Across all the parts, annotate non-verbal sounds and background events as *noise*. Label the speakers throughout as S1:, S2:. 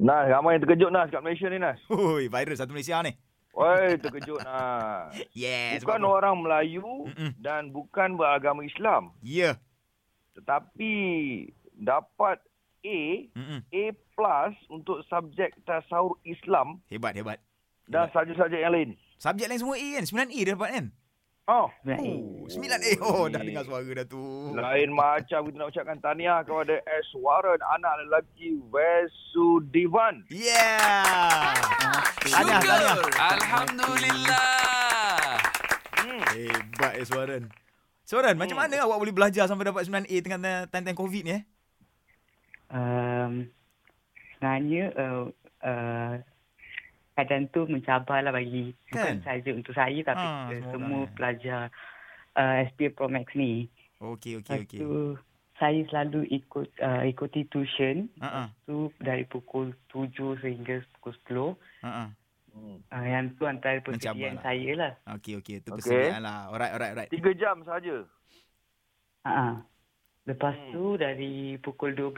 S1: Nas, ramai yang terkejut Nas kat Malaysia ni Nas.
S2: Hui, viral satu Malaysia ni.
S1: Oi, terkejut
S2: *laughs*
S1: Nas.
S2: Yes.
S1: Bukan
S2: Eh, sebab-
S1: orang Melayu
S2: Mm-mm.
S1: dan bukan beragama Islam.
S2: Ya.
S1: Tetapi dapat A,
S2: Mm-mm.
S1: A plus untuk subjek tasawuf Islam
S2: Hebat, hebat.
S1: dan subjek-subjek yang lain.
S2: Subjek lain semua A kan? 9A dia dapat kan?
S1: Oh,
S2: Oh, 9A. Oh, dah dengar suara dah tu.
S1: Lain macam kita nak ucapkan tahniah kepada S. Warren, anak lelaki Vesudivan.
S2: Yeah. Tahniah, tahniah.
S3: Syukur. Alhamdulillah.
S1: Hmm.
S2: Hebat eh Suaran. Suaran, macam
S1: Hmm.
S2: mana awak boleh belajar sampai dapat 9A tengah time-time COVID ni eh?
S4: um, sebenarnya uh, uh, keadaan tu mencabarlah bagi
S2: Kan?
S4: bukan saja untuk saya tapi
S2: Ah,
S4: ha,
S2: semua
S4: semua
S2: orang.
S4: pelajar uh, SPA Pro Max ni.
S2: Okey, okey,
S4: Lepas
S2: okey.
S4: tu saya selalu ikut uh, ikuti tuition
S2: Ha ah.
S4: tu dari pukul 7 sehingga pukul 10.
S2: Ha ah.
S1: Hmm.
S4: Uh, yang tu antara persediaan
S2: Mencabarlah.
S4: saya lah.
S2: Okey, okey. Tu
S1: Okey.
S2: persediaan lah. Alright, alright, alright.
S1: Tiga jam saja.
S4: Ha. Lepas
S1: Hmm.
S4: tu dari pukul 12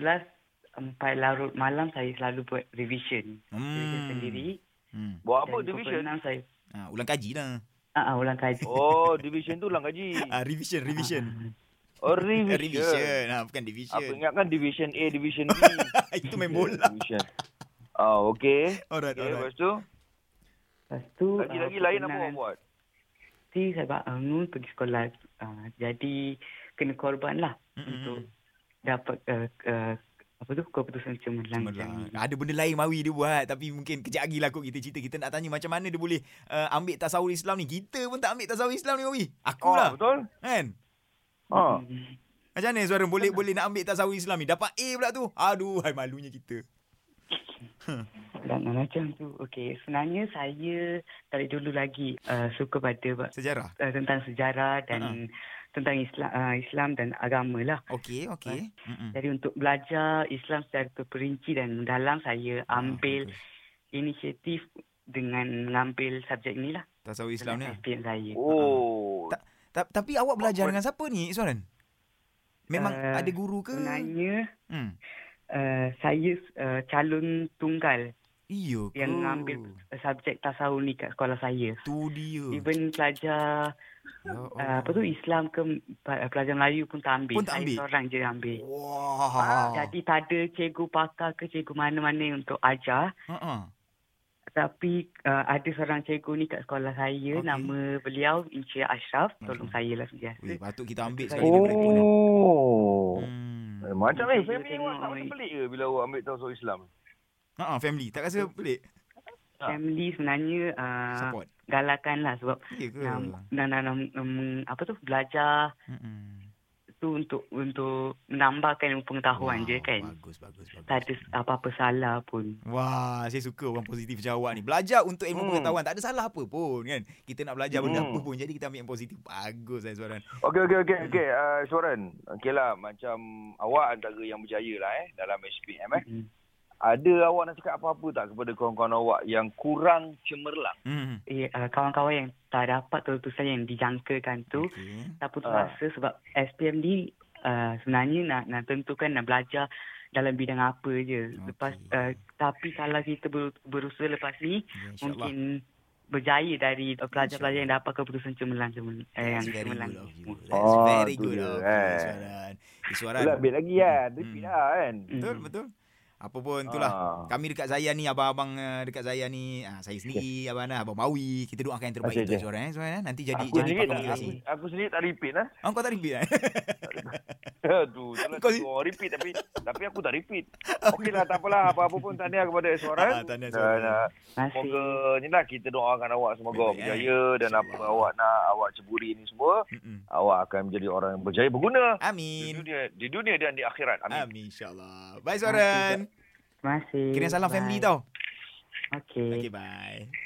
S4: sampai larut malam saya selalu buat revision. Revision
S2: Hmm.
S4: sendiri.
S2: Hmm.
S1: Buat apa
S4: Dan
S1: division?
S4: Pukul 6 saya
S2: Ha, ulang kaji lah.
S4: Ah, ah, ulang kaji.
S1: Oh, division tu ulang gaji.
S2: *laughs* Ah, revision, revision.
S1: Oh,
S2: Eh,
S1: revision.
S2: revision. Ha, bukan
S1: Aku
S2: division.
S1: ingatkan division A, division B.
S2: *laughs* Itu main bola.
S1: Division. Oh, okey.
S2: Alright,
S1: Okay,
S2: alright.
S1: lepas tu,
S4: Lepas tu
S1: lagi-lagi
S4: ah,
S1: lain apa
S4: perkenalan
S1: orang buat?
S4: Si saya bangun pergi sekolah. Ah, jadi kena korban lah
S2: Mm-mm.
S4: untuk dapat uh, uh, apa tu keputusan cemerlang.
S2: Cemerlang. lah. Ada benda lain Mawi dia buat tapi mungkin kejap lagi lah kot kita cerita kita nak tanya macam mana dia boleh uh, ambil tasawuf Islam ni. Kita pun tak ambil tasawuf Islam ni Mawi. Aku
S1: Oh,
S2: lah.
S1: betul?
S2: Kan?
S1: Oh.
S4: Hmm.
S2: Macam mana suara boleh boleh nak ambil tasawuf Islam ni? Dapat A pula tu. Aduh, hai malunya kita.
S4: Dan uh, macam tu. Okey, sebenarnya saya dari dulu lagi uh, suka pada
S2: Sejarah.
S4: uh, tentang sejarah dan
S2: Ha-ha.
S4: tentang Islam uh, Islam dan agama lah.
S2: Okey, okey. Mm-mm.
S4: Jadi untuk belajar Islam secara terperinci dan mendalam saya
S2: Ah,
S4: ambil inisiatif dengan mengambil subjek ni lah.
S2: Tasawuf Islam ni.
S4: Dalam
S2: lah.
S4: SPM saya.
S1: Oh.
S2: Tak- Ta- tapi awak belajar dengan siapa ni, Iswaran? Memang
S4: Eh,
S2: ada guru ke?
S4: Sebenarnya
S2: Hmm.
S4: uh, saya uh, calon tunggal
S2: Iyo ke?
S4: yang mengambil eh, subjek tasawuf ni kat sekolah saya.
S2: Tu dia.
S4: Even pelajar
S2: Ya
S4: uh, apa tu Islam ke pa- pelajar Melayu pun tak ambil.
S2: Pun tak ambil?
S4: Saya seorang je yang ambil.
S2: Wah.
S4: Ah, Jadi tak ada cikgu pakar ke cikgu mana-mana untuk ajar.
S2: Ha-ha.
S4: Tapi uh, ada seorang cikgu ni kat sekolah
S2: Okey.
S4: saya.
S2: Hmm.
S4: Nama beliau Encik Ashraf. Tolong
S2: Okey.
S4: saya lah sejasa.
S2: Weh, patut kita ambil sekali
S4: Oh.
S2: daripada ni.
S1: Oh.
S2: Hmm.
S1: Eh, Macam ni,
S4: Kita
S1: family awak
S4: tengok,
S1: tak macam
S4: eh.
S1: pelik ke bila awak ambil tahu Islam?
S2: Ha family. Tak rasa pelik.
S4: Family sebenarnya uh,
S2: Support.
S4: galakan lah sebab
S2: Ya ke?
S4: um, dan, dan, um, um, apa tu belajar
S2: Mm-mm.
S4: tu untuk untuk menambahkan ilmu pengetahuan
S2: Wah,
S4: je kan.
S2: Bagus, bagus, bagus.
S4: Tak ada apa-apa salah pun.
S2: Wah, saya suka orang positif macam awak ni. Belajar untuk ilmu
S1: Hmm.
S2: hmm. pengetahuan. Tak ada salah apa pun kan. Kita nak belajar benda
S1: Hmm.
S2: apa pun. Jadi kita ambil yang positif. Bagus saya suara.
S1: Okey, okey, okey. Okey, uh, Soran. Okey lah, macam awak antara yang berjaya lah eh dalam SPM eh.
S4: Mm.
S1: Ada awak nak cakap apa-apa tak kepada kawan-kawan awak yang kurang cemerlang?
S2: Hmm.
S4: Eh, uh, kawan-kawan yang tak dapat keputusan yang dijangkakan tu
S2: Okay.
S4: tak putus
S1: Ah.
S4: asa sebab SPM ni uh, sebenarnya nak nak tentukan nak belajar dalam bidang apa je. Lepas
S2: Okey.
S4: uh, tapi kalau kita ber, berusaha lepas
S2: Ya,
S4: ni
S2: InsyaAllah.
S4: mungkin eh, berjaya dari uh, pelajar-pelajar yang dapat keputusan cemerlang cemerlang eh, yang
S2: That's very
S4: cemerlang.
S2: good of you.
S4: semua.
S2: That's
S1: Oh,
S2: very
S1: tu
S2: good
S1: dia,
S2: of you,
S1: eh.
S2: Iswaran. Iswaran.
S1: Itulah, ambil lagi kan.
S2: Hmm.
S1: Repeat lah kan.
S2: Betul,
S4: Mm.
S2: betul. Apa pun itulah.
S1: Ah.
S2: Kami dekat saya ni abang-abang eh, dekat saya ni ah, saya sendiri abang Ana abang Mawi kita doakan yang terbaik
S1: Okey,
S2: untuk
S1: okey.
S2: Iswaran eh Iswaran eh. nanti jadi
S1: Aku
S2: jadi
S1: sendiri,
S2: pakar
S1: tak, aku,
S2: motivasi.
S1: aku sendiri tak repeat lah.
S2: Oh, kau tak repeat eh?
S1: *laughs*
S2: *laughs*
S1: Aduh, tak
S2: Kau
S1: Kau
S2: ni-
S1: orang repeat tapi
S2: *laughs*
S1: tapi aku tak repeat. Okeylah tak apalah apa-apa pun tahniah kepada Suaran.
S2: Ah, tahniah Suharan.
S4: Masih.
S1: Semoga ni lah kita doakan awak semoga
S2: Baik,
S1: berjaya dan apa
S2: InsyaAllah.
S1: awak nak awak ceburi ni semua
S2: Mm-mm.
S1: awak akan menjadi orang yang berjaya berguna di
S2: Amin.
S1: dunia di dunia dan di akhirat. Amin.
S2: Amin insyaAllah. Bye Iswaran.
S4: Terima kasih.
S2: Kirim salam
S4: Bye.
S2: family tau.
S4: Okey.
S2: Okay bye.